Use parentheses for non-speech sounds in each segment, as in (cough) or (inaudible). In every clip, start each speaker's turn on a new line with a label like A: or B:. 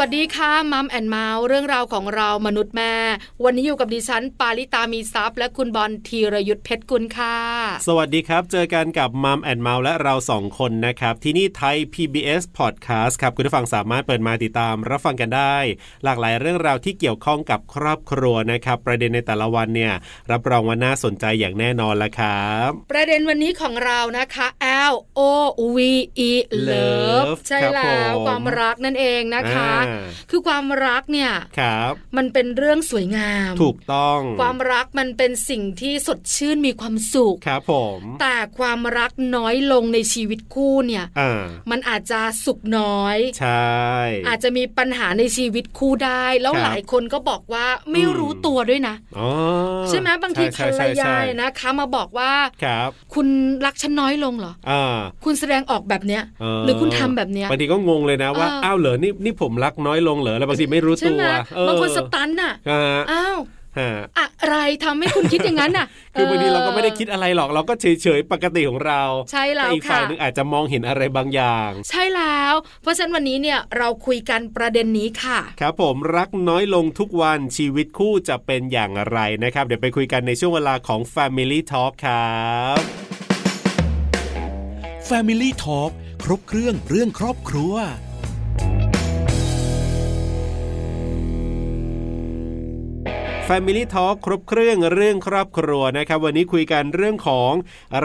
A: สวัสดีค่ะมัมแอนเมาส์เรื่องราวของเรามนุษย์แม่ วันนี้อยู่กับดิฉัน ปาริตามีซัพย์และคุณบอลธีรยุทธเพชรกุลค่ะ
B: สวัสดีครับ เจอกันกับมัมแอนเมาและเราสองคนนะครับ ที่นี่ไทย PBS Podcast ครับ คุณผู้ฟังสามารถเปิดมาติดตามรับฟังกันได้ หลากหลายเรื่องราวที่เกี่ยวข้องกับครอบครัวนะครับ ประเด็นในแต่ละวันเนี่ย รับรองว่าน่าสนใจอย่างแน่นอนละครับ
A: ประเด็นวันนี้ของเรานะคะ L O V E love
B: Love
A: ใช่แล้ว
B: ครับผม
A: ความรักนั่นเองนะคะ
B: อ่า
A: คือความรักเนี่ย
B: ครับ
A: มันเป็นเรื่องสวยงาม
B: ถูกต้อง
A: ความรักมันเป็นสิ่งที่สดชื่นมีความสุข
B: ครับผม
A: แต่ความรักน้อยลงในชีวิตคู่เนี่ย
B: อ่า
A: มันอาจจะสุขน้อย
B: ใช่
A: อาจจะมีปัญหาในชีวิตคู่ได้ แล้ว
B: ครับ
A: หลายคนก็บอกว่าไม่
B: อืม
A: รู้ตัวด้วยนะ
B: อ๋อ
A: ใช่ไหมบางทีภร
B: ใช่
A: ร
B: ใช่
A: ยา
B: ใช่
A: นะคะ มาบอกว่า
B: ครับ
A: คุณรักฉันน้อยลงเหรอ
B: อ่า
A: คุณแสดงออกแบบเนี้ย
B: เห
A: รือคุณทำแบบเนี้ย
B: บางทีก็งงเลยนะว่า
A: เออ
B: อ้าวเหรอนี่นี่ผมรักน้อยลงเหรอแล้วบางทีไม่รู้
A: ใช่
B: ตั
A: ไห
B: ว
A: ม
B: เออบ
A: างคนสตัน
B: (laughs)
A: น่ะ
B: ฮะ
A: อ้าว
B: ฮะ
A: อะไรทำให้คุณคิดอย่างนั้นน่ะ
B: (laughs) คือบางทีเราก็ไม่ได้คิด
A: เอ
B: อะไรหรอกเราก็เฉยเฉยๆปกติของเรา
A: อใช่
B: แต่
A: แล้ว
B: อีก
A: ค่ะ
B: ฝ่ายหนึงอาจจะมองเห็นอะไรบางอย่าง
A: ใช่แล้ว เพราะฉะนั้นวันนี้เนี่ยเราคุยกันประเด็นนี้ค่ะ
B: ครับผมรักน้อยลงทุกวันชีวิตคู่จะเป็นอย่างไรนะครับ เดี๋ยวไปคุยกันในช่วงเวลาของ Family Talk ครับ
C: Family Talk ครบเครื่องเรื่องครอบครัว
B: Family Talk ครบเครื่องเรื่องครอบครัวนะครับ วันนี้คุยกันเรื่องของ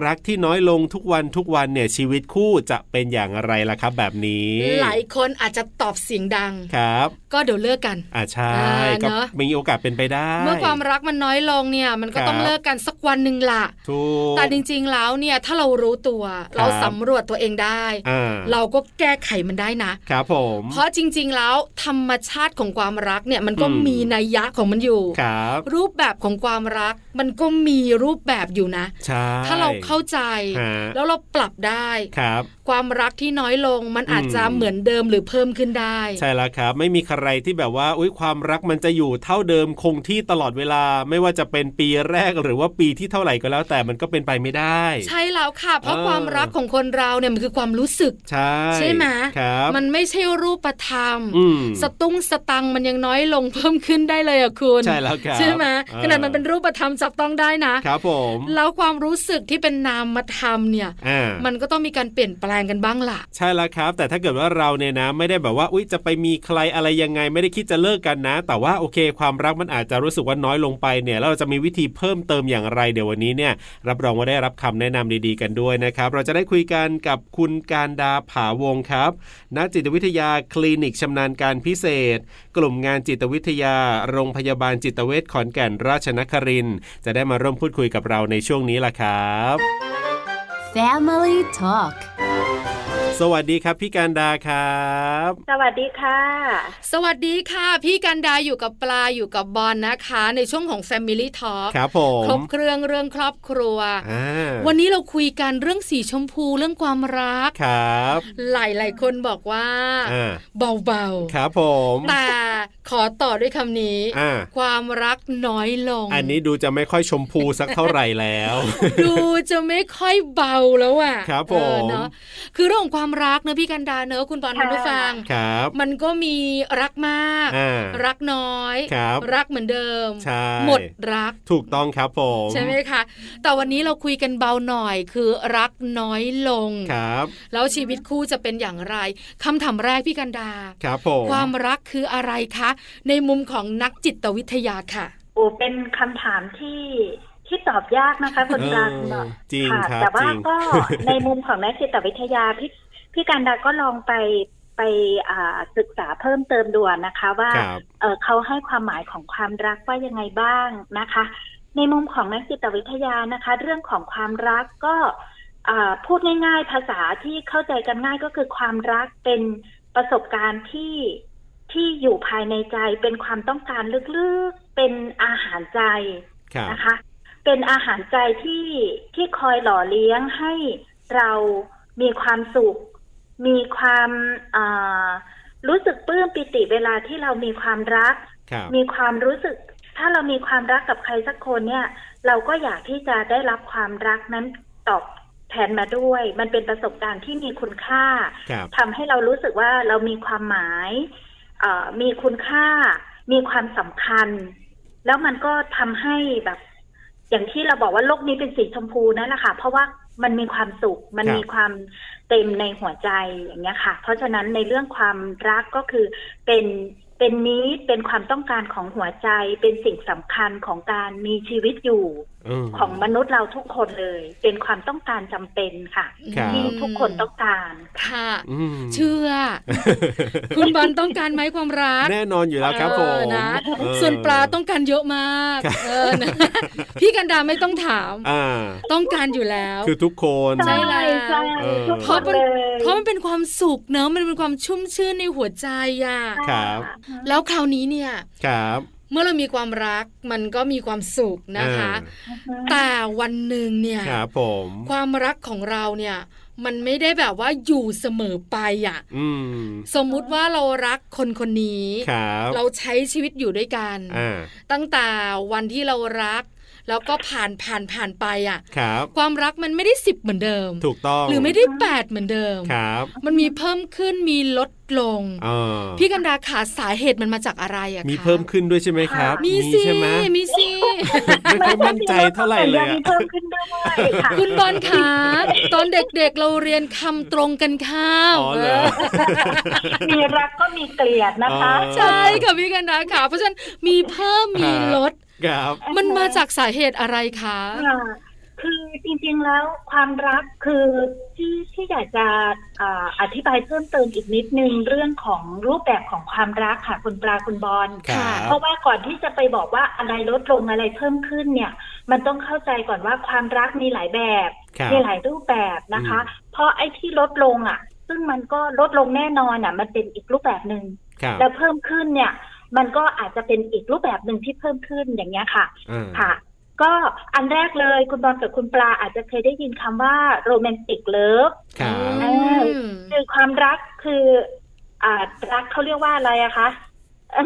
B: รักที่น้อยลงทุกวันทุกวันเนี่ยชีวิตคู่จะเป็นอย่างไรล่ะครับ แบบนี้
A: หลายคนอาจจะตอบเสียงดัง
B: ครับ
A: ก็เดี๋ยวเลิกกัน
B: อ่าใช่
A: อ่า
B: ก็
A: เนอะ
B: มีโอกาสเป็นไปได้
A: เมื่อความรักมันน้อยลงเนี่ย มันก็ต้อง
B: ครับ
A: เลิกกันสักวันหนึ่งล่ะ
B: ถูก
A: แต่จริงๆแล้วเนี่ยถ้าเรารู้ตัว
B: ครับ
A: เราสำรวจตัวเองได้
B: อ่า
A: เราก็แก้ไขมันได้นะ
B: ครับผม
A: เพราะจริงๆแล้วธรรมชาติของความรักเนี่ยมันก็
B: อืม
A: มีนัยยะของมันอยู่
B: ครับ
A: รูปแบบของความรักมันก็มีรูปแบบอยู่นะ
B: ใช่
A: ถ้าเราเข้าใจ
B: ฮะ
A: แล้วเราปรับได้
B: ครับ
A: ความรักที่น้อยลงมันอาจจะ
B: อืม
A: เหมือนเดิมหรือเพิ่มขึ้นได้
B: ใช่แล้วครับ ไม่มีใครที่แบบว่าอุ้ยความรักมันจะอยู่เท่าเดิมคงที่ตลอดเวลา ไม่ว่าจะเป็นปีแรกหรือว่าปีที่เท่าไหร่ก็แล้วแต่มันก็เป็นไปไม่ได้
A: ใช่แล้วค่ะ เพราะ
B: เออ
A: ความรักของคนเราเนี่ยมันคือความรู้สึก
B: ใช่
A: ใช่ไหม
B: ครับ
A: มันไม่ใช่รูปธรรม
B: อืม
A: สตุ้งสตังค์มันยังน้อยลงเพิ่มขึ้นได้เลยอะคุณ
B: ใช่แล้วครับ
A: ใช่ไหม
B: เออ
A: ขนาดมันเป็นรูปธรรมจับต้องได้นะครับ
B: ผม
A: แล้วความรู้สึกที่เป็นนามธรรมเนี่ย
B: อ่า
A: มันก็ต้องมีการเปลี่ยนแปลงกันบ้างล่ะ
B: ใช่แล้วครับ แต่ถ้าเกิดว่าเราเนี่ยนะไม่ได้แบบว่าอุ้ยจะไปมีใครอะไรยังไงไม่ได้คิดจะเลิกกันนะ แต่ว่าโอเค ความรักมันอาจจะรู้สึกว่าน้อยลงไปเนี่ยแล้วเราจะมีวิธีเพิ่มเติมอย่างไรเดี๋ยววันนี้เนี่ย รับรองว่าได้รับคำแนะนำดีๆกันด้วยนะครับ เราจะได้คุยกันกับคุณการดาผาวงครับนักจิตวิทยาคลินิกชำนาญการพิเศษ กลุ่มงานจิตวิทยา โรงพยาบาลจิตเวชขอนแก่นราชนครินทร์จะได้มาร่วมพูดคุยกับเราในช่วงนี้ล่ะครับ
D: Family Talk
B: สวัสดีครับพี่การดาครับ
E: สวัสดีค่ะ
A: สวัสดีค่ะ พี่กันดาอยู่กับปลาอยู่กับบอลนะคะ ในช่วงของ Family Talk
B: ครับผม
A: ครบเครื่องเรื่องครอบครัว
B: อ่า
A: วันนี้เราคุยกันเรื่องสีชมพูเรื่องความรัก
B: ครับ
A: หลายหลายๆคนบอกว่า
B: อ่า
A: เบา
B: ครับผม
A: ๆแต่ขอต่อด้วยคำนี้
B: อ่า
A: ความรักน้อยลง
B: อันนี้ดูจะไม่ค่อยชมพูสักเท่าไหร่แล้ว
A: ดูจะไม่ค่อยเบาแล้วอ่ะ
B: ครับ
A: เออ
B: ผม
A: เนอะคือเรื่องของความรักเนอะพี่กันดาเนอะคุณบอล
E: ค่ะ
A: คุณผู้ฟัง
B: ครับ
A: มันก็มีรักมาก
B: อ่ารั
A: รักน้อย
B: ครับ
A: รักเหมือนเดิม
B: ใช่
A: หมดรัก
B: ถูกต้องครับผม
A: ใช่ไหมคะ แต่วันนี้เราคุยกันเบาหน่อยคือรักน้อยลง
B: ครับ
A: แล้วชีวิตคู่จะเป็นอย่างไรคำถามแรกพี่กันดา
B: ครับผม
A: ความรักคืออะไรคะ ในมุมของนักจิตวิทยาค่ะ
E: โอ้เป็นคำถามที่ที่ตอบยากนะคะคุณ
B: เอ
E: ปลา
B: อ
E: คุณบอล
B: จริงครั
E: ค่ะ
B: บ
E: แต่
B: จ
E: ว่า
B: ริง
E: ก็ ใน
B: (laughs)
E: มุมของนักจิตวิทยาพี่พี่การดาก็ลองไปไปอ่าศึกษาเพิ่มเติมดูนะคะว่า
B: ครับ
E: เอ่อเขาให้ความหมายของความรักว่ายังไงบ้างนะคะ ในมุมของนักจิตวิทยานะคะ เรื่องของความรักก็อ่าพูดง่าย ๆ ภาษาที่เข้าใจกันง่ายก็คือความรักเป็นประสบการณ์ที่ที่อยู่ภายในใจ เป็นความต้องการลึกๆเป็นอาหารใจ
B: ครับ
E: นะคะ เป็นอาหารใจที่ที่คอยหล่อเลี้ยงให้เรามีความสุข มีความเอ่อรู้สึกปลื้มปิติเวลาที่เรามีความรัก
B: ครับ
E: มีความรู้สึก ถ้าเรามีความรักกับใครสักคนเนี่ย เราก็อยากที่จะได้รับความรักนั้นตอบ แทนมาด้วย มันเป็นประสบการณ์ที่มีคุณค่า
B: ครับ
E: ทำให้เรารู้สึกว่าเรามีความหมายเอ่อมีคุณค่า มีความสำคัญ แล้วมันก็ทำให้แบบ อย่างที่เราบอกว่าโลกนี้เป็นสีชมพูนั่นแหละค่ะ เพราะว่ามันมีความสุข มัน
B: ครับ
E: มีความเต็มในหัวใจอย่างเงี้ยค่ะ เพราะฉะนั้นในเรื่องความรักก็คือเป็นเป็นนี้เป็นความต้องการของหัวใจ เป็นสิ่งสำคัญของการมีชีวิตอยู่
B: เออ
E: ของมนุษย์เราทุกคนเลย เป็นความต้องการจำเป็นค่ะ
B: ครับ
E: ที่ทุกคนต้องการ
A: ค่ะ
B: อืม
A: เชื่อ คุณบอลต้องการไหมความรัก
B: แน่นอนอยู่แล้วครับผ
A: เอ
B: ม
A: อนะ
B: เออ
A: ส่วนปลาต้องการเยอะมาก
B: ครับ
A: เออนะ
B: (laughs)
A: พี่กันดาไม่ต้องถาม
B: อ่า
A: ต้องการอยู่แล้ว
B: คือทุกคน
A: ใช่ แล้ว
E: ใช่
B: เออ
E: ทุกคนเลย
A: เพราะมันเป็นความสุขเนอะมันเป็นความชุ่มชื่นในหัวใจอ่ะ
B: ครับ
A: แล้วคราวนี้เนี่ย
B: ครับ
A: เมื่อเรามีความรักมันก็มีความสุขนะคะ
E: ค่ะ
A: แต่วันหนึ่งเนี่
B: เอย อครับผม
A: ความรักของเราเนี่ย มันไม่ได้แบบว่าอยู่เสมอไปอ่ะ
B: อืม
A: สมมุติว่าเรารักคนคนนี้
B: ครับ
A: เราใช้ชีวิตอยู่ด้วยกัน
B: อ่า
A: ตั้งแต่วันที่เรารัก แล้วก็ผ่านผ่านผ่านไปอ่ะ
B: ครับ
A: ความรักมันไม่ได้สิบเหมือนเดิม
B: ถูกต้อง
A: หรือไม่ได้แปดเหมือนเดิม
B: ครับ
A: มันมีเพิ่มขึ้นมีลดลง
B: เออ
A: พี่กันดาขาสาเหตุมันมาจากอะไรอะคะ
B: มีเพิ่มขึ้นด้วยใช่ไหมครับ
A: มีสิ
B: ใช่ไหม
A: มีสิ
B: ไม่ค่อยมั่นใจเท่าไหร่เลยอะ
E: มีเพิ่มขึ้นด้วยค่ะ
A: คุณบอลขาตอนเด็กๆเราเรียนคำตรงกันข้าม
B: อ๋อเหรอ
A: เออ
E: มีรักก็มีเกลียดนะคะ
B: อ๋อ
A: ใช่ค่ะพี่กันดาขาเพราะฉะนั้นมีเพิ่มมีลด
B: ครับ
A: มันมาจากสาเหตุอะไรคะ
E: ค่ะคือจริงๆแล้วความรักคือที่ที่อยากจะอ่าอธิบายเพิ่มเติมอีกนิดนึงเรื่องของรูปแบบของความรักค่ะคุณปลาคุณบอล
B: ครับ
E: เพราะว่าก่อนที่จะไปบอกว่าอะไรลดลงอะไรเพิ่มขึ้นเนี่ย มันต้องเข้าใจก่อนว่าความรักมีหลายแบบ
B: ครับ
E: มีหลายรูปแบบนะคะ
B: อืม
E: เพราะไอ้ที่ลดลงอ่ะ ซึ่งมันก็ลดลงแน่นอนอ่ะ มันเป็นอีกรูปแบบหนึ่ง
B: ครับ
E: แล้วเพิ่มขึ้นเนี่ย มันก็อาจจะเป็นอีกรูปแบบหนึ่งที่เพิ่มขึ้นอย่างเงี้ยค่ะ
B: อ่า
E: ค่ะ ก็อันแรกเลยคุณบอลกับคุณปลาอาจจะเคยได้ยินคำว่าโรแมนติกเลิฟ
B: ครับ
E: อื คือความรักคืออ่ารักเขาเรียกว่าอะไรอะคะ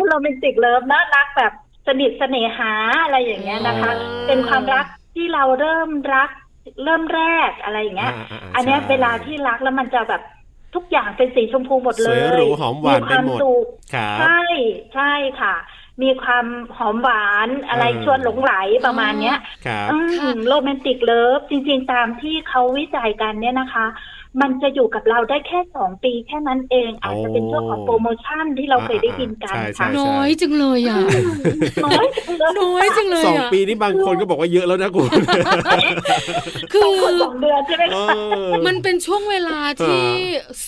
E: โรแมนติกเลิฟนะรักแบบสนิทเสน่หาอะไรอย่างเงี้ยนะคะ
B: อ๋อ
E: เป็นความรักที่เราเริ่มรักเริ่มแรกอะไรอย่างเงี้ย
B: อ่าๆๆ
E: อันเนี้ย
B: ใช่
E: เวลาที่รักแล้วมันจะแบบทุกอย่างเป็นสีชมพูหมด
B: ส
E: เล
B: วย
E: ย
B: หรูหอมหวานไป
E: ความ
B: หมด
E: สุข
B: ครับ
E: ใช่ใช่ค่ะ มีความหอมหวานอะไร
B: เออ
E: ชวนหลงไหลประมาณเนี้ย
B: ครับ
E: อืม
A: ค่ะ
E: โรแมนติกเลิฟจริงๆตามที่เขาวิจัยกันเนี่ยนะคะ มันจะอยู่กับเราได้แค่สองปีแค่นั้นเอง อาจจะเป็นช่วงของโปรโมชั่นที่เราเคยได้ยินกัน
B: อ่าๆใช่
E: ค่ะ
B: ๆ
A: น้อยจังเลยอ่ะ
E: น้อยเลิฟ
A: น้อยจังเลย
B: สอง
A: อ่ะ
B: ปีนี่บางคนก็บอกว่าเยอะแล้วนะคุณ
A: คื
E: สอง
A: อ
E: คนสองเดือนใช่ไหม
B: เอ
E: คะ
B: อ
A: มันเป็นช่วงเวลาที่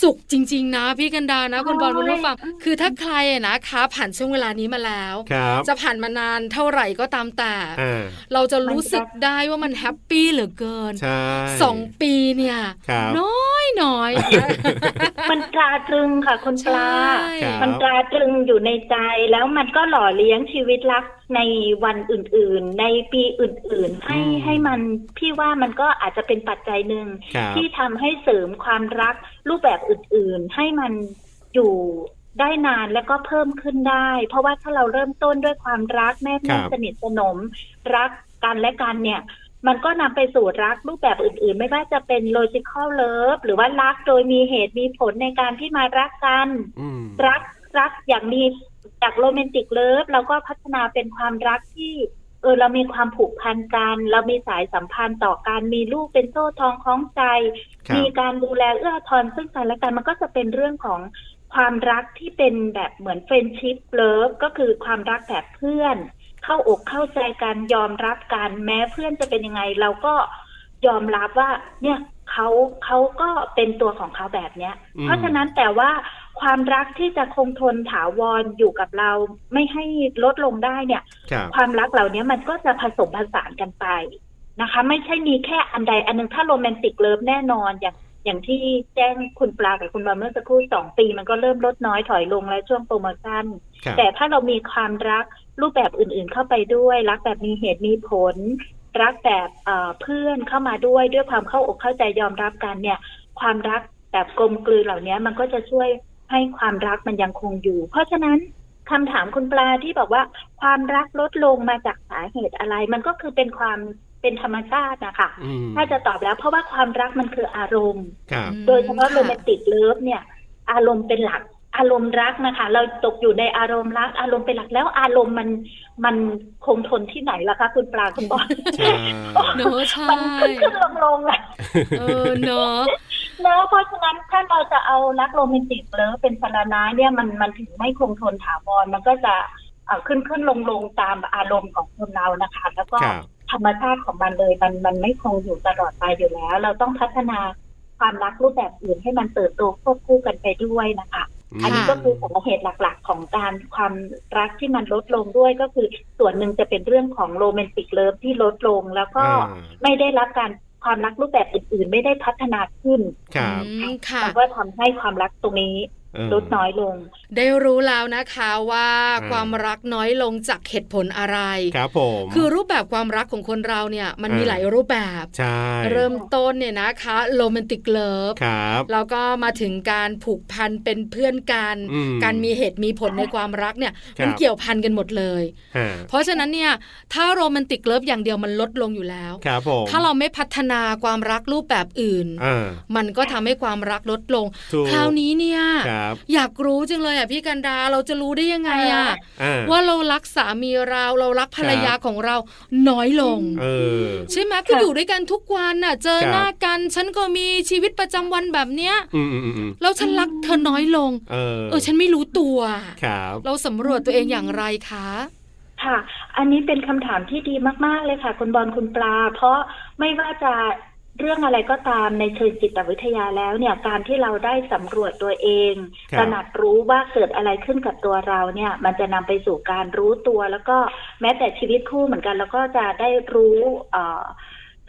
A: สุขจริง ๆ นะ พี่กันดานะคุณบอล
E: ใช่
A: คุณผู้ฟังคือถ้าใครอะนะคะผ่านช่วงเวลานี้มาแล้ว
B: ครับ
A: จะผ่านมานานเท่าไหร่ก็ตามแต่
B: อ่า
A: เราจะรู้สึกได้ว่ามันแฮปปี้เหลือเกิน
B: ใช่
A: สองปีเนี่ย
B: ครับ
A: น้อยน้อย
E: มันตราตรึงค่ะคุณ
A: ใช
E: ปลา
A: ่
B: ครับ
E: มันตราตรึงอยู่ในใจแล้วมันก็หล่อเลี้ยงชีวิตรักในวันอื่นๆ ในปีอื่นๆ ให้
B: อืม
E: ให้มันพี่ว่ามันก็อาจจะเป็นปัจจัยหนึ่ง
B: ครับ
E: ที่ทำให้เสริมความรักรูปแบบอื่นๆ ให้มันอยู่ได้นานแล้วก็เพิ่มขึ้นได้ เพราะว่าถ้าเราเริ่มต้นด้วยความรักแนบแน่นสนิทสนม รักกันและกันเนี่ย มันก็นำไปสู่รักรูปแบบอื่น ๆ ไม่ว่าจะเป็น logical love หรือว่ารักโดยมีเหตุมีผลในการที่มารักกัน
B: อืม
E: รักรักอย่างมีจากโรแมนติกเลิฟเราก็พัฒนาเป็นความรักที่เออเรามีความผูกพันกัน เรามีสายสัมพันธ์ต่อกันมีลูกเป็นโซ่ทองคล้องใจ
B: ครับ
E: มีการดูแลเอื้ออาทอนซึ่งกันและกันมันก็จะเป็นเรื่องของความรักที่เป็นแบบเหมือนเฟรนชิพเลิฟก็คือความรักแบบเพื่อน เข้าอกเข้าใจกันยอมรับกันแม้เพื่อนจะเป็นยังไง เราก็ยอมรับว่าเนี่ยเขาเขาก็เป็นตัวของเขาแบบเนี้ย
B: อืม
E: เพราะฉะนั้นแต่ว่าความรักที่จะคงทนถาวรอยู่กับเราไม่ให้ลดลงได้เนี่ย
B: ครับ
E: ความรักเหล่านี้มันก็จะผสมผสานกันไปนะคะ ไม่ใช่มีแค่อันใดอันหนึงถ้าโรแมนติกเลิฟแน่นอนอย่างอย่างที่แจ้งคุณปลากับคุณบอมเมื่อสักครู่สองปี มันก็เริ่มลดน้อยถอยลงแล้วช่วงโปรโมชั่น
B: ครับ
E: แต่ถ้าเรามีความรักรูปแบบอื่นๆเข้าไปด้วย รักแบบมีเหตุมีผล รักแบบเอ่อเพื่อนเข้ามาด้วยด้วยความเข้าอกเข้าใจยอมรับกันเนี่ย ความรักแบบกลมกลืนเหล่านี้มันก็จะช่วยให้ความรักมันยังคงอยู่ เพราะฉะนั้นคำถามคุณปลาที่บอกว่า ความรักลดลงมาจากสาเหตุอะไร มันก็คือเป็นความ เป็นธรรมชาตินะคะ
B: อืม
E: น่าจะตอบแล้วเพราะว่าความรักมันคืออารมณ์
B: ครับ
E: โดยเฉพาะโรแมน
A: ค่
E: ติกเลิฟเนี่ย อารมณ์เป็นหลัก อารมณ์รักนะคะ เราตกอยู่ในอารมณ์รัก อารมณ์เป็นหลักแล้วอารมณ์มันมันคงทนที่ไหนล่ะคะคุณปลาคุณ (laughs) บอล
B: ใช่
A: เนอะใช่
E: มันขึ้นขึ้นลงลงอะ
A: เออเนอะ
E: แล้วเพราะฉะนั้นถ้าเราจะเอารักโรแมนติกเลิฟเป็นสารณะเนี่ยมันมันถึงไม่คงทนถาวรมันก็จะเอ่อขึ้นขึ้นลงลงตามอารมณ์ของคนเรานะคะ แล้วก็
B: ครับ
E: ธรรมชาติของมันเลยมันมันไม่คงอยู่ตลอดไปอยู่แล้ว เราต้องพัฒนาความรักรูปแบบอื่นให้มันเติบโตควบคู่กันไปด้วยนะคะ
B: ม
E: อันนี้ก็คือสาเหตุหลักๆ ของการความรักที่มันลดลงด้วยก็คือส่วนหนึ่งจะเป็นเรื่องของโรแมนติกเลิฟที่ลดลง แล้วก็
B: อ่า
E: ไม่ได้รับการความรักรูปแบบอื่นๆ ไม่ได้พัฒนาขึ้น
B: ครับ
A: อืมค่ะ
E: มันก็ทำให้ความรักตรงนี้
B: เออ
E: ลดน้อยลง
A: ได้รู้แล้วนะคะว่า
B: อ่า
A: ความรักน้อยลงจากเหตุผลอะไร
B: ครับผม
A: คือรูปแบบความรักของคนเราเนี่ยมันมี
B: อ่า
A: หลายรูปแบบ
B: ใช่
A: เริ่มต้นเนี่ยนะคะโรแมนติกเลิฟ
B: ครับ
A: แล้วก็มาถึงการผูกพันเป็นเพื่อนกัน
B: อืม
A: การมีเหตุมีผลในความรักเนี่ย
B: ครับ
A: มันเกี่ยวพันกันหมดเลย
B: ฮะ
A: เพราะฉะนั้นเนี่ยถ้าโรแมนติกเลิฟอย่างเดียวมันลดลงอยู่แล้ว
B: ครับผม
A: ถ้าเราไม่พัฒนาความรักรูปแบบอื่น
B: อ่า
A: มันก็ทำให้ความรักลดลง
B: ถูก
A: คราวนี้เนี่ย
B: ครับ
A: อยากรู้จังเลยอ่ะพี่กันดาเราจะรู้ได้ยังไงอ่ะ
B: อ่า
A: ว่าเรารักสามีเราเรารักภรรยา
B: ครับ
A: ของเราน้อยลง
B: เออ
A: ใช่ไหมก็อยู่ด้วยกันทุกวันน่ะ เจอ
B: ครับ
A: หน้ากัน ฉันก็มีชีวิตประจำวันแบบเนี้ย
B: อืมอืมอืมอืม
A: แล้วฉันรักเธอน้อยลง
B: เออ
A: เออฉันไม่รู้ตัว
B: ครับ
A: เราสำรวจตัวเองอย่างไรคะ
E: ค่ะ อันนี้เป็นคำถามที่ดีมาก ๆ เลยค่ะ คุณบอลคุณปลา เพราะไม่ว่าจะเรื่องอะไรก็ตามในเชิงจิตวิทยาแล้วเนี่ย การที่เราได้สำรวจตัวเอง
B: ครับ
E: ตระหนักรู้ว่าเกิดอะไรขึ้นกับตัวเราเนี่ย มันจะนำไปสู่การรู้ตัว แล้วก็แม้แต่ชีวิตคู่เหมือนกัน แล้วก็จะได้รู้เอ่อ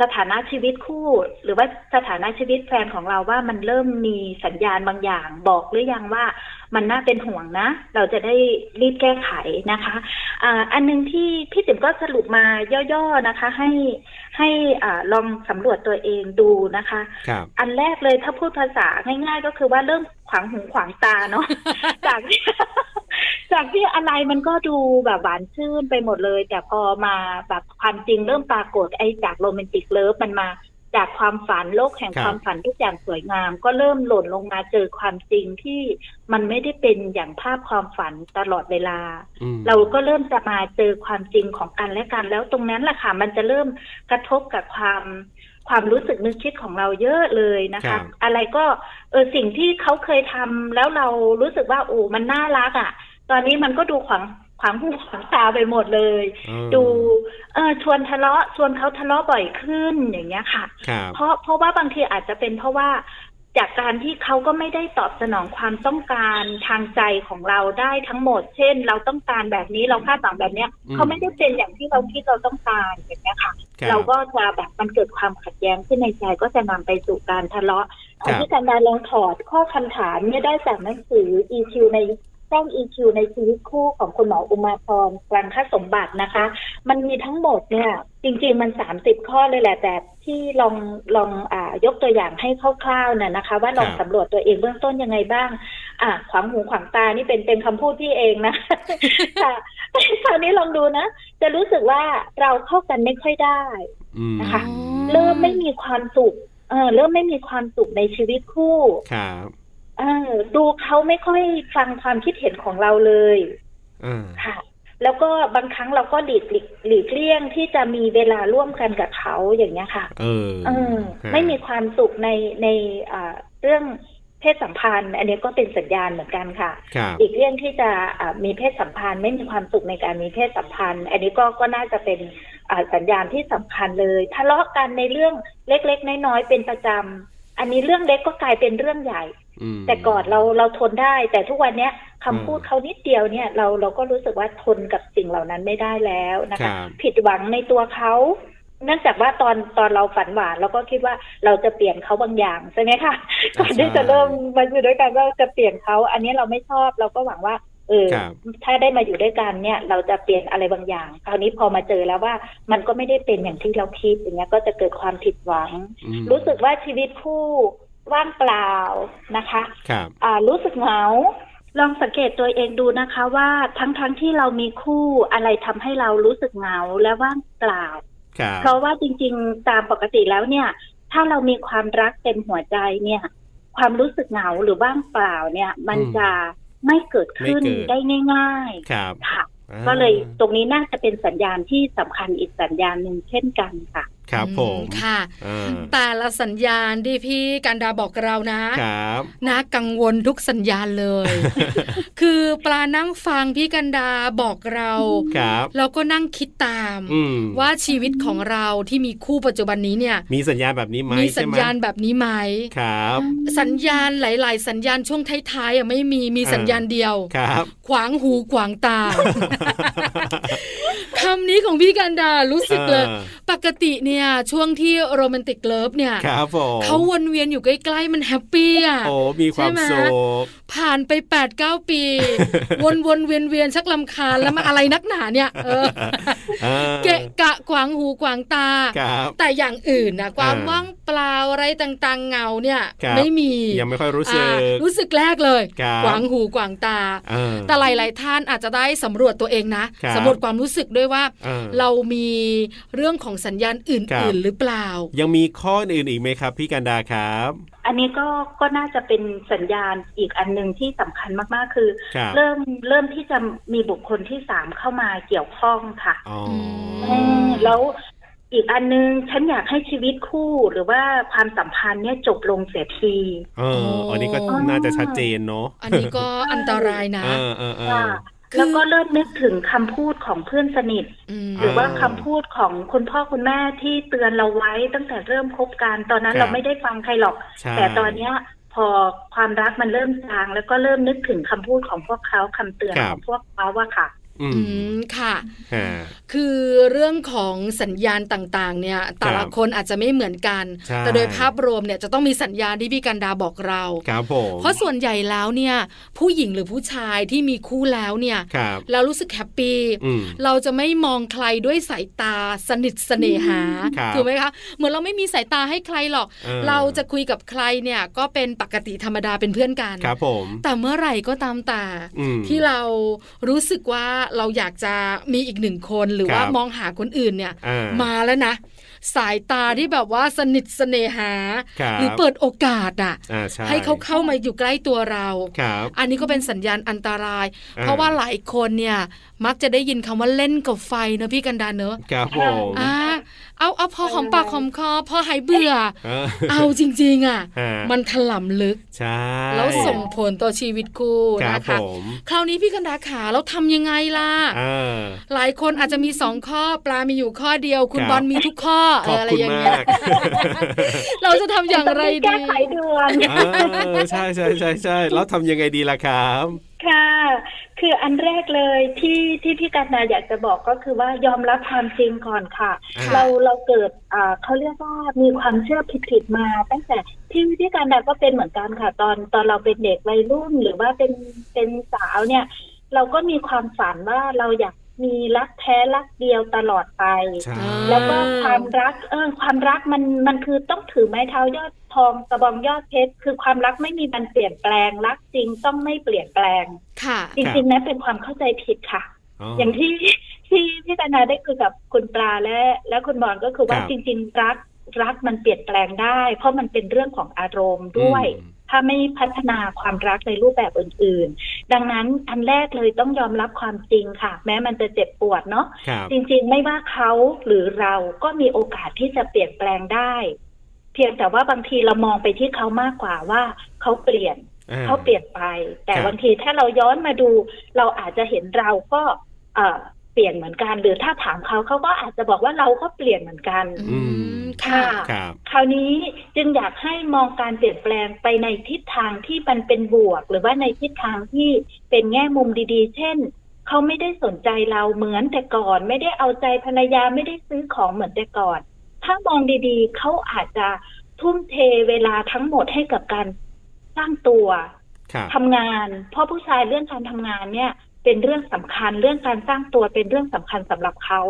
E: สถานะชีวิตคู่ หรือว่าสถานะชีวิตแฟนของเราว่ามันเริ่มมีสัญญาณบางอย่าง บอกหรือยังว่ามันน่าเป็นห่วงนะ เราจะได้รีบแก้ไขนะคะ อ่าอันหนึงที่พี่ติ๋มก็สรุปมาย่อๆนะคะ ให้ให้อ่าลองสำรวจตัวเองดูนะคะ
B: ครับ
E: อันแรกเลยถ้าพูดภาษาง่ายๆ ก็คือว่าเริ่มขวางหูขวางตาเนาะ
B: (laughs)
E: จากที่ จากที่อะไรมันก็ดูแบบหวานชื่นไปหมดเลย แต่พอมาแบบความจริงเริ่มปรากฏไอ้จากโรแมนติกเลิฟมันมาจากความฝันโลกแห่ง
B: ครับ
E: ความฝันทุกอย่างสวยงาม ก็เริ่มหล่นลงมาเจอความจริงที่มันไม่ได้เป็นอย่างภาพความฝันตลอดเวลา
B: อืม
E: เราก็เริ่มจะมาเจอความจริงของกันและกัน แล้วตรงนั้นแหละค่ะมันจะเริ่มกระทบกับความความรู้สึกนึกคิดของเราเยอะเลยนะคะ อะไรก็เออสิ่งที่เขาเคยทำแล้วเรารู้สึกว่าโอ้มันน่ารักอะ่ะ ตอนนี้มันก็ดูขวางขวางหูขวางตาไปหมดเลย
B: เออ
E: ดูเออชวนทะเลาะชวนเขาทะเลาะบ่อยขึ้นอย่างเงี้ยค่ะ
B: ครับ
E: เพราะเพราะว่าบางทีอาจจะเป็นเพราะว่าจากการที่เขาก็ไม่ได้ตอบสนองความต้องการทางใจของเราได้ทั้งหมด เช่น เราต้องการแบบนี้เราคาดหวังแบบเนี้ย
B: อืม
E: เขาไม่ได้เป็นอย่างที่เราคิดเราต้องการอย่างเงี้ยค่ะ
B: คบ
E: เราก็จะแบบมันเกิดความขัดแย้งขึ้นในใจก็จะนำไปสู่การทะเลาะ
B: ครับ
E: ที่การดาลองถอดข้อคำถามเนี่ยได้จากหนังสือ EQ ในสร้าง EQ ในชีวิตคู่ของคุณหมออุมาพรกลังค่าสมบัตินะคะ มันมีทั้งหมดเนี่ย จริง ๆ มัน 30 ข้อเลยแหละ แต่ที่ลองลองอายกตัวอย่างให้คร่าวๆน่ะนะคะ ว่าลองสำรวจตัวเองเบื้องต้นยังไงบ้าง อ่ะขวางหูขวางตานี่เป็นเป็นคำพูดที่เอง (laughs) นะ ค่ะคราวนี้ลองดูนะ จะรู้สึกว่าเราเข้ากันไม่ค่อยได้
B: อืม
E: นะคะ เริ่มไม่มีความสุข เออเริ่มไม่มีความสุขในชีวิตคู่
B: ครับ
E: เออดูเขาไม่ค่อยฟังความคิดเห็นของเราเลย
B: อ่า
E: ค่ะ แล้วก็บางครั้งเราก็หลีกหลีกหลีกเลี่ยงที่จะมีเวลาร่วมกันกับเขาอย่างเงี้ยค่ะ
B: เออ
E: เออ
B: ฮะ
E: ไม่มีความสุขในในอ่าเรื่องเพศสัมพันธ์ อันนี้ก็เป็นสัญญาณเหมือนกันค่ะ
B: ครับ
E: อีกเรื่องที่จะอ่ามีเพศสัมพันธ์ ไม่มีความสุขในการมีเพศสัมพันธ์ อันนี้ก็ก็น่าจะเป็นอ่าสัญญาณที่สำคัญเลยทะเลาะกันในเรื่องเล็กๆ น้อยๆเป็นประจำอันนี้เรื่องเล็กก็กลายเป็นเรื่องใหญ่
B: อืม
E: แต่ก่อนเราเราทนได้ แต่ทุกวันเนี้ยคำพูด
B: อืม
E: เขานิดเดียวเนี่ยเราเราก็รู้สึกว่าทนกับสิ่งเหล่านั้นไม่ได้แล้วนะ
B: ครั
E: คะ
B: บ
E: ผิดหวังในตัวเขาเนื่องจากว่าตอนตอนเราฝันหวานเราก็คิดว่าเราจะเปลี่ยนเขาบางอย่างใช่ไหม
B: (laughs)
E: คะก่อนที่จะเริ่มมาอยู่ด้วยกันก็จะเปลี่ยนเขาอันนี้เราไม่ชอบเราก็หวังว่าเออ
B: ครับ
E: ถ้าได้มาอยู่ด้วยกันเนี่ย เราจะเปลี่ยนอะไรบางอย่าง คราวนี้พอมาเจอแล้วว่ามันก็ไม่ได้เป็นอย่างที่เราคิดอย่างเงี้ยก็จะเกิดความผิดหวัง
B: อืม
E: รู้สึกว่าชีวิตคู่ว่างเปล่านะคะ
B: ครับ
E: อ่ารู้สึกเหงา ลองสังเกตตัวเองดูนะคะว่าทั้งๆที่เรามีคู่อะไรทำให้เรารู้สึกเหงาและว่างเปล่า
B: ครับ
E: เพราะว่าจริงๆ ตามปกติแล้วเนี่ย ถ้าเรามีความรักเต็มหัวใจเนี่ย ความรู้สึกเหงาหรือว่างเปล่าเนี่ย มัน
B: อืม
E: จะไม่เกิดขึ้น
B: ไม่เกิด
E: ได้ง่าย
B: ครับ
E: ๆ ค่ะ
B: อ่า
E: ก็เลยตรงนี้น่าจะเป็นสัญญาณที่สำคัญอีกสัญญาณหนึ่งเช่นกันค่ะ
B: ครับ
A: อื
B: ผม
A: ค่ะ
B: อ่า
A: แต่ละสัญญาณที่พี่กันดาบอกเรานะ
B: ครับ
A: น่ากังวลทุกสัญญาณเลย
B: (laughs)
A: คือปลานั่งฟังพี่กันดาบอกเรา
B: ครับ
A: แล้วก็นั่งคิดตาม
B: อืม
A: ว่าชีวิตของเราที่มีคู่ปัจจุบันนี้เนี่ย
B: มีสัญญาณแบบนี้ไหม
A: มีสัญ
B: ใช่ไหม
A: ญาณแบบนี้ไหม
B: ครับ
A: สัญญาณหลาย ๆ สัญญาณช่วงท้ายๆอ่ะไม่มีมี
B: อ่า
A: สัญญาณเดียว
B: ครับ
A: ขวางหูขวางตา (laughs) คำนี้ของพี่กันดารู้สึกเลย
B: อ่า
A: ปกติเนี่ยช่วงที่โรแมนติกเลิฟเนี่ย
B: ครับผม
A: เขาวนเวียนอยู่ใกล้ ๆ มันแฮปปี้อ่ะ
B: โอ้มีความ
A: ใช่ไหม
B: สุข
A: ผ่านไป8ปดเปีว
B: (laughs)
A: นวนๆเวียนเวียนๆชักลำคาญแล้วมาอะไรนักหนาเนี่ยเอ
B: (laughs)
A: อ
B: อ่า
A: เกะกะขวางหูขวางตา
B: ครับ
A: แต่อย่างอื่นนะความ
B: อ่า
A: ว่างเปล่าอะไรต่างๆเงาเนี่ย
B: ครับ
A: ไม่มี
B: ยังไม่ค่อยรู้สึก
A: อ่ารู้สึกแรกเลย
B: ครับ
A: ขวางหูขวางตา
B: อ่า
A: แต่หลายๆท่านอาจจะได้สำรวจตัวเองนะครับ สำรวจความรู้สึกด้วยว่า
B: อ่า
A: เรามีเรื่องของสัญญาณอ
B: ครั
A: ื่
B: บ
A: นๆหรือเปล่า
B: ยังมีข้ออื่นอีกไหมครับ พี่กันดาครับ
E: อันนี้ก็ก็น่าจะเป็นสัญญาณอีกอันหนึ่งที่สำคัญมากๆ คือ
B: ครับ
E: เริ่มเริ่มที่จะมีบุคคลที่สามเข้ามาเกี่ยวข้องค่ะ
B: อ๋อ
A: อื
E: อืมแล้วอีกอันนึงฉันอยากให้ชีวิตคู่หรือว่าความสัมพันธ์เนี่ยจบลงเสียที
B: เอออันนี้ก็
A: อ๋อ
B: น่าจะชัดเจนเนาะ
A: อันนี้ก็อันตรายนะ
B: เออเออเออ
E: ค่ะ
A: คือ
E: แล้วก็เริ่มนึกถึงคำพูดของเพื่อนสนิท
A: ม
E: หรือว่าคำ
B: อ่า
E: พูดของคุณพ่อคุณแม่ที่เตือนเราไว้ตั้งแต่เริ่มคบกันตอนนั้น
B: ครับ
E: เราไม่ได้ฟังใครหรอก
B: ใช่
E: แต่ตอนเนี้ยพอความรักมันเริ่มจาง แล้วก็เริ่มนึกถึงคำพูดของพวกเขาคำเตือนของพวกเขาว่าค่ะ
B: อืม
A: อืมค่ะ
B: อ่า
A: คือเรื่องของสัญญาณต่างๆ เนี่ย แต่ละคนอาจจะไม่เหมือนกัน
B: ใช่
A: แต่โดยภาพรวมเนี่ยจะต้องมีสัญญาณที่พี่กันดาบอกเรา
B: ครับผม
A: เพราะส่วนใหญ่แล้วเนี่ย ผู้หญิงหรือผู้ชายที่มีคู่แล้วเนี่ย
B: ครับ
A: แล้วรู้สึกแฮปปี้
B: อืม
A: เราจะไม่มองใครด้วยสายตาสนิทเสน่หา
B: ครับ
A: ถูกไหมคะ เหมือนเราไม่มีสายตาให้ใครหรอก
B: เออ
A: เราจะคุยกับใครเนี่ยก็เป็นปกติธรรมดาเป็นเพื่อนกัน
B: ครับผม
A: แต่เมื่อไหร่ก็ตามแต่
B: อืม
A: ที่เรารู้สึกว่าเราอยากจะมีอีกหนึ่งคนหรือ
B: ครับ
A: ว่ามองหาคนอื่นเนี่ย
B: อ่าม
A: มาแล้วนะ สายตาที่แบบว่าสนิทเสน่หา
B: ครับ
A: หรือเปิดโอกาสอ่ะ
B: อ่าใช่
A: ให้เขาเข้ามาอยู่ใกล้ตัวเรา
B: ครับ
A: อันนี้ก็เป็นสัญญาณอันตราย
B: อ่า
A: เพราะว่าหลายคนเนี่ย มักจะได้ยินคำว่าเล่นกับไฟเนอะพี่กันดาเนอะ
B: ครับผม
A: อ่าเอาเอาพอหอมปากหอมคอพอหายเบื่อ
B: เออ
A: เอาจริงๆอ่ะ
B: ฮะ
A: มันถล่ำลึก
B: ใช่
A: แล้วส่งผลต่อชีวิตคู่
B: ครับ
A: นะ
B: ผ
A: คะ
B: ม
A: คราวนี้พี่กันดาขาแล้วทำยังไงล่ะ
B: เออ
A: หลายคนอาจจะมีสองข้อปลามีอยู่ข้อเดียว คุณ
B: ครับ
A: บอลมีทุกข้อ
B: (laughs) ขอบ
A: อะไร
B: คุณ
A: อย่าง
B: มา
A: เงี้ย
B: ก
A: เราจะทำอย่างไร
E: แก้
A: ดี
E: (laughs) ไขด่วน
B: เออใช่ใช่ใช่ใช่แล้วทำยังไงดีล่ะครับ
E: ค่ะ คืออันแรกเลยที่ที่พี่กันนาอยากจะบอกก็คือว่ายอมรับความจริงก่อนค่ะ
B: อ่า
E: เราเราเกิดอ่าเขาเรียกว่ามีความเชื่อผิดๆมาตั้งแต่ที่พี่กันดาก็เป็นเหมือนกันค่ะ ตอนตอนเราเป็นเด็กวัยรุ่นหรือว่าเป็นเป็นสาวเนี่ย เราก็มีความฝันว่าเราอยากมีรักแท้รักเดียวตลอดไป
B: ใช่
E: แล้วก็ความรักเออความรักมันมันคือต้องถือไม้เท้ายอดทองกระบองยอดเพชรคือความรักไม่มีมันเปลี่ยนแปลงรักจริงต้องไม่เปลี่ยนแปลง
A: ค่ะ
E: จริงๆนะเป็นความเข้าใจผิดค่ะ อย่างที่ที่พี่ตานาได้คุยกับคุณปลาและ และคุณบอลก็คือว่า
B: ครับ
E: จริง ๆ รักรักมันเปลี่ยนแปลงได้ เพราะมันเป็นเรื่องของอารมณ์ด้วย
B: อืม
E: ถ้าไม่พัฒนาความรักในรูปแบบอื่น ๆ ดังนั้นอันแรกเลยต้องยอมรับความจริงค่ะ แม้มันจะเจ็บปวดเนาะ
B: ครับ
E: จริงๆ ไม่ว่าเขาหรือเราก็มีโอกาสที่จะเปลี่ยนแปลงได้ เพียงแต่ว่าบางทีเรามองไปที่เขามากกว่าว่าเขาเปลี่ยน เขาเปลี่ยนไป แต่
B: ครับ
E: บางทีถ้าเราย้อนมาดู เราอาจจะเห็นเราก็เอ่อเปลี่ยนเหมือนกัน หรือถ้าถามเขาเขาก็อาจจะบอกว่าเราก็เปลี่ยนเหมือนกัน
A: อืมค่ะ
E: ค่ะ
B: ครับ
E: คราวนี้จึงอยากให้มองการเปลี่ยนแปลงไปในทิศทางที่มันเป็นบวก หรือว่าในทิศทางที่เป็นแง่มุมดีๆ เช่น เขาไม่ได้สนใจเราเหมือนแต่ก่อน ไม่ได้เอาใจภรรยาไม่ได้ซื้อของเหมือนแต่ก่อน ถ้ามองดีๆ เขาอาจจะทุ่มเทเวลาทั้งหมดให้กับการสร้างตัว
B: ครับ
E: ทำงานเพราะผู้ชายเรื่องการทำงานเนี่ย เป็นเรื่องสำคัญเรื่องการสร้างตัวเป็นเรื่องสำคัญสำหรับเขา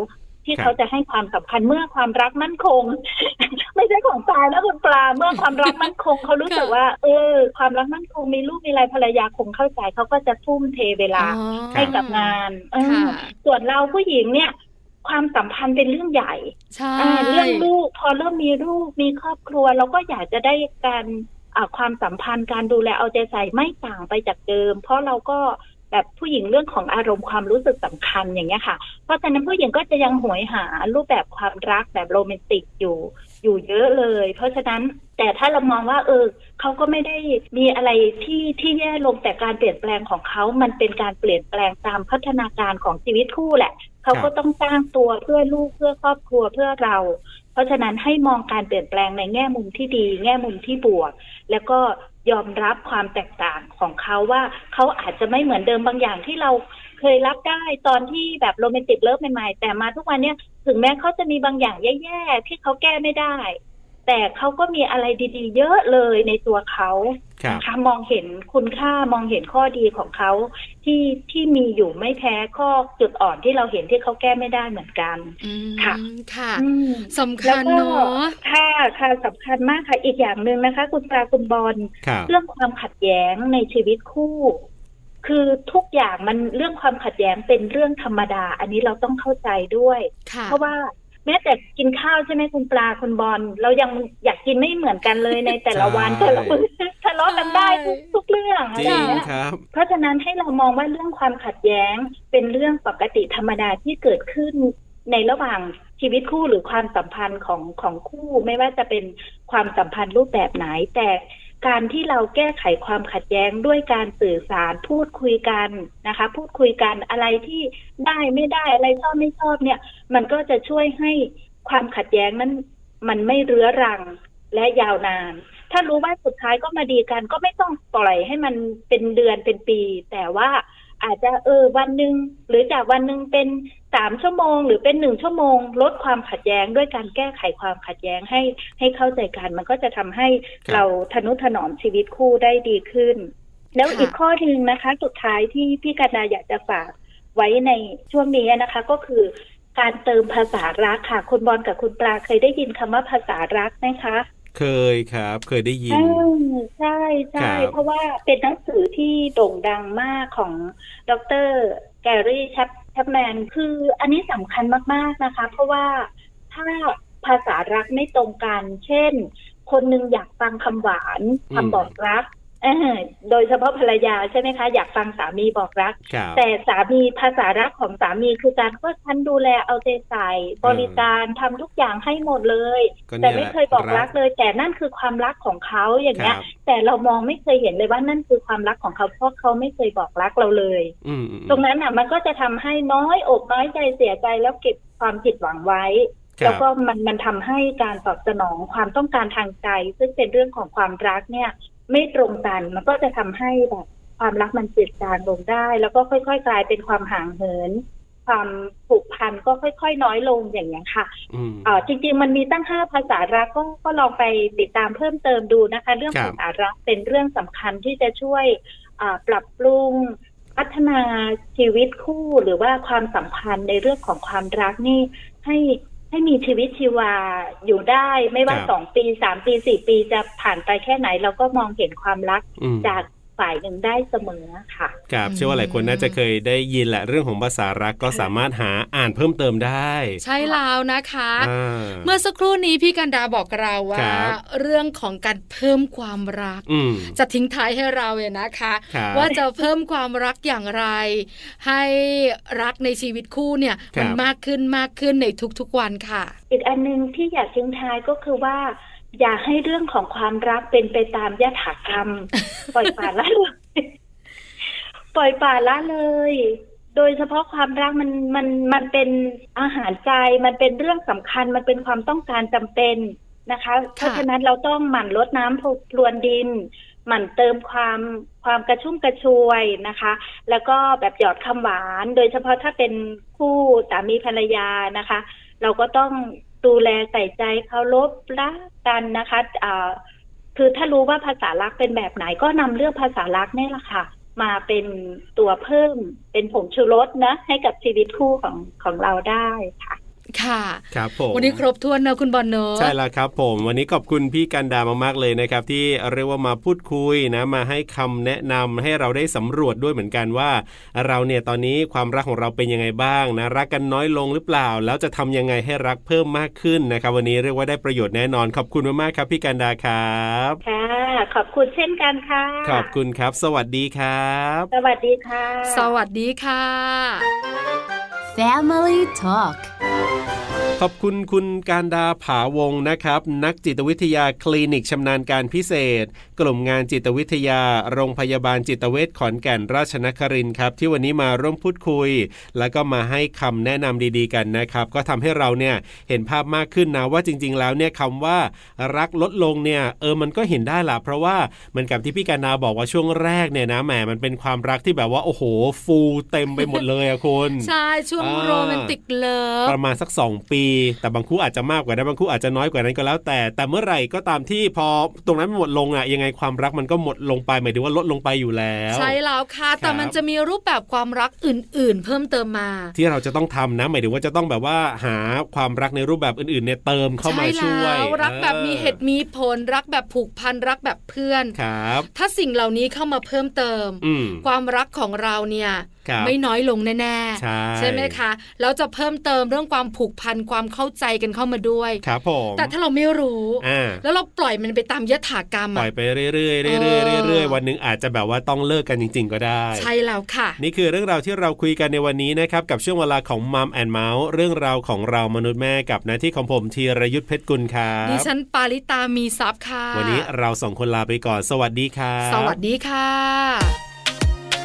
E: ที่
B: ครับ
E: เขาจะให้ความสำคัญเมื่อความรักมั่นคง (laughs) ไม่ใช่ของตายนะคุณปลาเมื่อความรักมั่นคงเขารู้สึกว่า เออ ความรักมั่นคงมีลูกมีอะไรภรรยาคงเข้าใจเขาก็จะทุ่มเทเวลา ให้กับงานเออ
A: ค่ะ
E: ส่วนเราผู้หญิงเนี่ย ความสัมพันธ์เป็นเรื่องใหญ่
A: ใช่
E: อ่าเรื่องลูก พอเริ่มมีลูกมีครอบครัวเราก็อยากจะได้การอ่าความสัมพันธ์การดูแลเอาใจใส่ไม่ต่างไปจากเดิม เพราะเราก็แบบผู้หญิงเรื่องของอารมณ์ความรู้สึกสำคัญอย่างเงี้ยค่ะ เพราะฉะนั้นผู้หญิงก็จะยังหวยหารูปแบบความรักแบบโรแมนติกอยู่ อยู่เยอะเลย เพราะฉะนั้นแต่ถ้าเรามองว่า เออเขาก็ไม่ได้มีอะไรที่ที่แย่ลงแต่การเปลี่ยนแปลงของเขา มันเป็นการเปลี่ยนแปลงตามพัฒนาการของชีวิตคู่แหละ เขาก็ต้องสร้างตัวเพื่อลูกเพื่อครอบครัวเพื่อเรา เพราะฉะนั้นให้มองการเปลี่ยนแปลงในแง่มุมที่ดี แง่มุมที่บวก แล้วก็ยอมรับความแตกต่างของเขาว่าเขาอาจจะไม่เหมือนเดิมบางอย่างที่เราเคยรับได้ตอนที่แบบโรแมนติกเลิฟใหม่ๆแต่มาทุกวันเนี้ยถึงแม้เขาจะมีบางอย่างแย่ๆที่เขาแก้ไม่ได้ แต่เขาก็มีอะไรดีๆ เยอะเลยในตัวเขา
B: ครับ
E: นะคะมองเห็นคุณค่ามองเห็นข้อดีของเขาที่ที่มีอยู่ไม่แพ้ข้อจุดอ่อนที่เราเห็นที่เขาแก้ไม่ได้เหมือนกัน
A: อืม
E: ค่ะ
A: ค่ะ
E: อืม
A: สำคัญเนาะ
E: ค่ะค่ะสำคัญมากค่ะ อีกอย่างหนึ่งนะคะ คุณปลาคุณบอล
B: ครับ
E: เรื่องความขัดแย้งในชีวิตคู่ คือทุกอย่างมันเรื่องความขัดแย้งเป็นเรื่องธรรมดา อันนี้เราต้องเข้าใจด้วย
A: ค่ะ
E: เพราะว่าแม้แต่กินข้าวใช่ไหมคุณปลาคุณบอลเรายังอยากกินไม่เหมือนกันเลยในแต่ละวัน (laughs)
B: ใช่
E: แต่ละมื้อทะเลาะกันได้ทุกทุกเรื่องอะ
B: จ
E: ไร
B: ริ
E: อย่าง งเงี้ย
B: ครับ
E: เพราะฉะนั้นให้เรามองว่าเรื่องความขัดแย้งเป็นเรื่องปกติธรรมดาที่เกิดขึ้นในระหว่างชีวิตคู่หรือความสัมพันธ์ของของคู่ ไม่ว่าจะเป็นความสัมพันธ์รูปแบบไหน แต่การที่เราแก้ไขความขัดแย้งด้วยการสื่อสารพูดคุยกันนะคะ พูดคุยกันอะไรที่ได้ไม่ได้อะไรชอบไม่ชอบเนี่ย มันก็จะช่วยให้ความขัดแย้งนั้นมันไม่เรื้อรังและยาวนาน ถ้ารู้ว่าสุดท้ายก็มาดีกันก็ไม่ต้องปล่อยให้มันเป็นเดือนเป็นปี แต่ว่าอาจจะเออวันหนึ่งหรือจากวันหนึ่งเป็นสามชั่วโมง หรือเป็นหนึ่งชั่วโมง ลดความขัดแย้งด้วยการแก้ไขความขัดแย้งให้ให้เข้าใจกัน มันก็จะทำให้
B: ครับ
E: เราทนุถนอมชีวิตคู่ได้ดีขึ้น แล้ว
A: ค่ะ
E: อีกข้อหนึ่งนะคะ สุดท้ายที่พี่กันดาอยากจะฝากไว้ในช่วงนี้นะคะ ก็คือการเติมภาษารักค่ะ คุณบอลกับคุณปลาเคยได้ยินคำว่าภาษารักไหมคะ
B: เคยครับ เคยได้ยิน
E: อืมใช่ใช่
B: ครับ
E: เพราะว่าเป็นหนังสือที่โด่งดังมากของดรแกรี่แชปแชปแมนคืออันนี้สำคัญมาก ๆ นะคะ เพราะว่าถ้าภาษารักไม่ตรงกัน เช่น คนหนึ่งอยากฟังคำหวาน
B: อืม
E: คำบอกรักเออโดยเฉพาะภรรยาใช่ไหมคะ อยากฟังสามีบอกรัก
B: ครับ
E: แต่สามีภาษารักของสามีคือการก็ฉันดูแลเอาใจใส่บริการทำทุกอย่างให้หมดเลย
B: ก็
E: แต่
B: นี่แหละ
E: ไม่เคยบอกรักเลย แต่นั่นคือความรักของเขาอย่าง
B: ค
E: เงี้
B: รั
E: ย
B: บ
E: แต่เรามองไม่เคยเห็นเลยว่านั่นคือความรักของเขาเพราะเขาไม่เคยบอกรักเราเลย
B: อืมอืม
E: ตรงนั้นอ่ะมันก็จะทำให้น้อยอกน้อยใจเสียใจแล้วเก็บความผิดหวังไว้
B: ครั
E: แล้
B: บ
E: วก็มันมันทำให้การตอบสนองความต้องการทางใจ ซึ่งเป็นเรื่องของความรักเนี่ย ไม่ตรงกันมันก็จะทำให้แบบความรักมันจืดจางลงได้ แล้วก็ค่อยๆกลายเป็นความห่างเหิน ความผูกพันก็ค่อย ๆ น้อยลงอย่างเงี้ยค่ะ
B: อืม
E: เอ่อจริงๆ มันมีตั้งห้าภาษารักก็ก็ลองไปติดตามเพิ่มเติมดูนะคะ เรื่อง
B: ครับ
E: ภาษารักเป็นเรื่องสำคัญที่จะช่วยอ่าปรับปรุง พัฒนาชีวิตคู่หรือว่าความสัมพันธ์ในเรื่องของความรักนี่ให้ให้มีชีวิตชีวาอยู่ได้ ไม่ว่า
B: ครับ
E: สองปีสามปีสี่ปีจะผ่านไปแค่ไหน เราก็มองเห็นความรัก
B: อืม
E: จากฝ่ายหนึ่งได้เสมอค่ะ
B: ครับ
A: อืม
B: เชื่อว่าหลายคนน่าจะเคยได้ยินแหละเรื่องของภาษารักก็สามารถหาอ่านเพิ่มเติมได้
A: ใช่แล้วนะคะ
B: อ่า
A: เมื่อสักครู่นี้พี่กันดาบอกเรา
B: ค
A: ว่า
B: รับ
A: เรื่องของการเพิ่มความรัก
B: อืม
A: จะทิ้งท้ายให้เราเนี่ยนะคะ
B: ครับ
A: ว่าจะเพิ่มความรักอย่างไร ให้รักในชีวิตคู่เนี่ยมั
B: ครับ
A: มากขึ้นมากขึ้นในทุกๆวันค่ะ
E: อีกอันหนึงที่อยากทิ้งท้ายก็คือว่า อย่าให้เรื่องของความรักเป็นไปตามยถากร (laughs) รม ปล่อยป่าละเลยปล่อยป่าละเลย โดยเฉพาะความรักมันมันมันเป็นอาหารใจ มันเป็นเรื่องสำคัญมันเป็นความต้องการจำเป็นนะคะ เพราะฉะนั้นเราต้องหมั่นลดน้ำพรวนดิน หมั่นเติมความความกระชุ่มกระชวยนะคะ แล้วก็แบบหยอดคำหวาน โดยเฉพาะถ้าเป็นคู่สามีภรรยานะคะ เราก็ต้องดูแลใส่ใจเคารพรักกันนะคะอ่าคือถ้ารู้ว่าภาษารักเป็นแบบไหนก็นำเรื่องภาษารักเนี่ยแหละค่ะ มาเป็นตัวเพิ่มเป็นผงชูรสนะ ให้กับชีวิตคู่ของของเราได้ค่ะ
A: ค่ะ
B: ครับผม
A: วันนี้ครบถ้วนนะคุณบอลเนอะ
B: ใช่แล้วครับผม วันนี้ขอบคุณพี่กันดามากๆเลยนะครับ ที่เรียกว่ามาพูดคุยนะมาให้คำแนะนำให้เราได้สำรวจด้วยเหมือนกันว่า เราเนี่ยตอนนี้ความรักของเราเป็นยังไงบ้างนะรักกันน้อยลงหรือเปล่า แล้วจะทำยังไงให้รักเพิ่มมากขึ้นนะครับ วันนี้เรียกว่าได้ประโยชน์แน่นอน ขอบคุณมากๆครับ พี่กันดาครับ
E: ค่ะขอบคุณเช่นกันค่ะ
B: ขอบคุณครับ สวัสดีครับ
E: สวัสดีค่ะ
A: สวัสดีค่ะ
D: Family Talk
B: ขอบคุณคุณการดาผาวงศ์นะครับ นักจิตวิทยาคลินิกชำนาญการพิเศษ กลุ่มงานจิตวิทยา โรงพยาบาลจิตเวชขอนแก่นราชนครินทร์ครับ ที่วันนี้มาร่วมพูดคุย แล้วก็มาให้คำแนะนำดีๆกันนะครับ ก็ทำให้เราเนี่ยเห็นภาพมากขึ้นนะว่าจริง ๆ แล้วเนี่ยคำว่ารักลดลงเนี่ยเออมันก็เห็นได้ละเพราะว่าเหมือนกับที่พี่การดาบอกว่าช่วงแรกเนี่ยนะแหมมันเป็นความรักที่แบบว่าโอ้โห ฟูเต็มไปหมดเลยอะคุณ
A: ใช่ช่วง
B: อ่า
A: โรแมนติกเลิฟ
B: ประมาณสัก 2 ปี แต่บางคู่อาจจะมากกว่านั้นบางคู่อาจจะน้อยกว่านั้นก็แล้วแต่ แต่เมื่อไหร่ก็ตามที่พอตรงนั้นมันหมดลงอ่ะยังไงความรักมันก็หมดลงไปหมายถึงว่าลดลงไปอยู่แล้ว
A: ใช่แล้วค่ะ แต่
B: ครับ
A: มันจะมีรูปแบบความรักอื่นๆ เพิ่มเติมมา
B: ที่เราจะต้องทำนะ หมายถึงว่าจะต้องแบบว่าหาความรักในรูปแบบอื่นๆเนี่ยเติมเข้ามา
A: ใช่
B: ช่ว
A: แล้
B: ยว
A: รักแบบมีเหตุ
B: ออ
A: มีผลรักแบบผูกพันรักแบบเพื่อน
B: ครับ
A: ถ้าสิ่งเหล่านี้เข้ามาเพิ่มเติม
B: อืม
A: ความรักของเราเนี่ย
B: ครับ
A: ไม่น้อยลงแน่
B: ใช่
A: ๆไหมคะแล้วจะเพิ่มเติมเรื่องความผูกพันความเข้าใจกันเข้ามาด้วย
B: ครับผม
A: แต่ถ้าเราไม่รู้
B: อ่า
A: แล้วเราปล่อยมันไปตามยถากรรม
B: ปล่
A: อะ
B: อยไปเรื่อยๆเรื่อยๆ
A: เออ
B: เรื่อยๆวันหนึ่งอาจจะแบบว่าต้องเลิกกันจริง ๆ ก็ได้
A: ใช่แล้วค่ะ
B: นี่คือเรื่องราวที่เราคุยกันในวันนี้นะครับ กับช่วงเวลาของมัมแอนเมาส์เรื่องราวของเรามนุษย์แม่กับหน้าที่ของผมธีรยุทธเพชรกุลครั
A: ดิ
B: บ
A: ฉันปาริตามีซับค่ะ
B: วันนี้เราสองคนลาไปก่อน สวัสดีครับ
A: สวัสดีค่ะ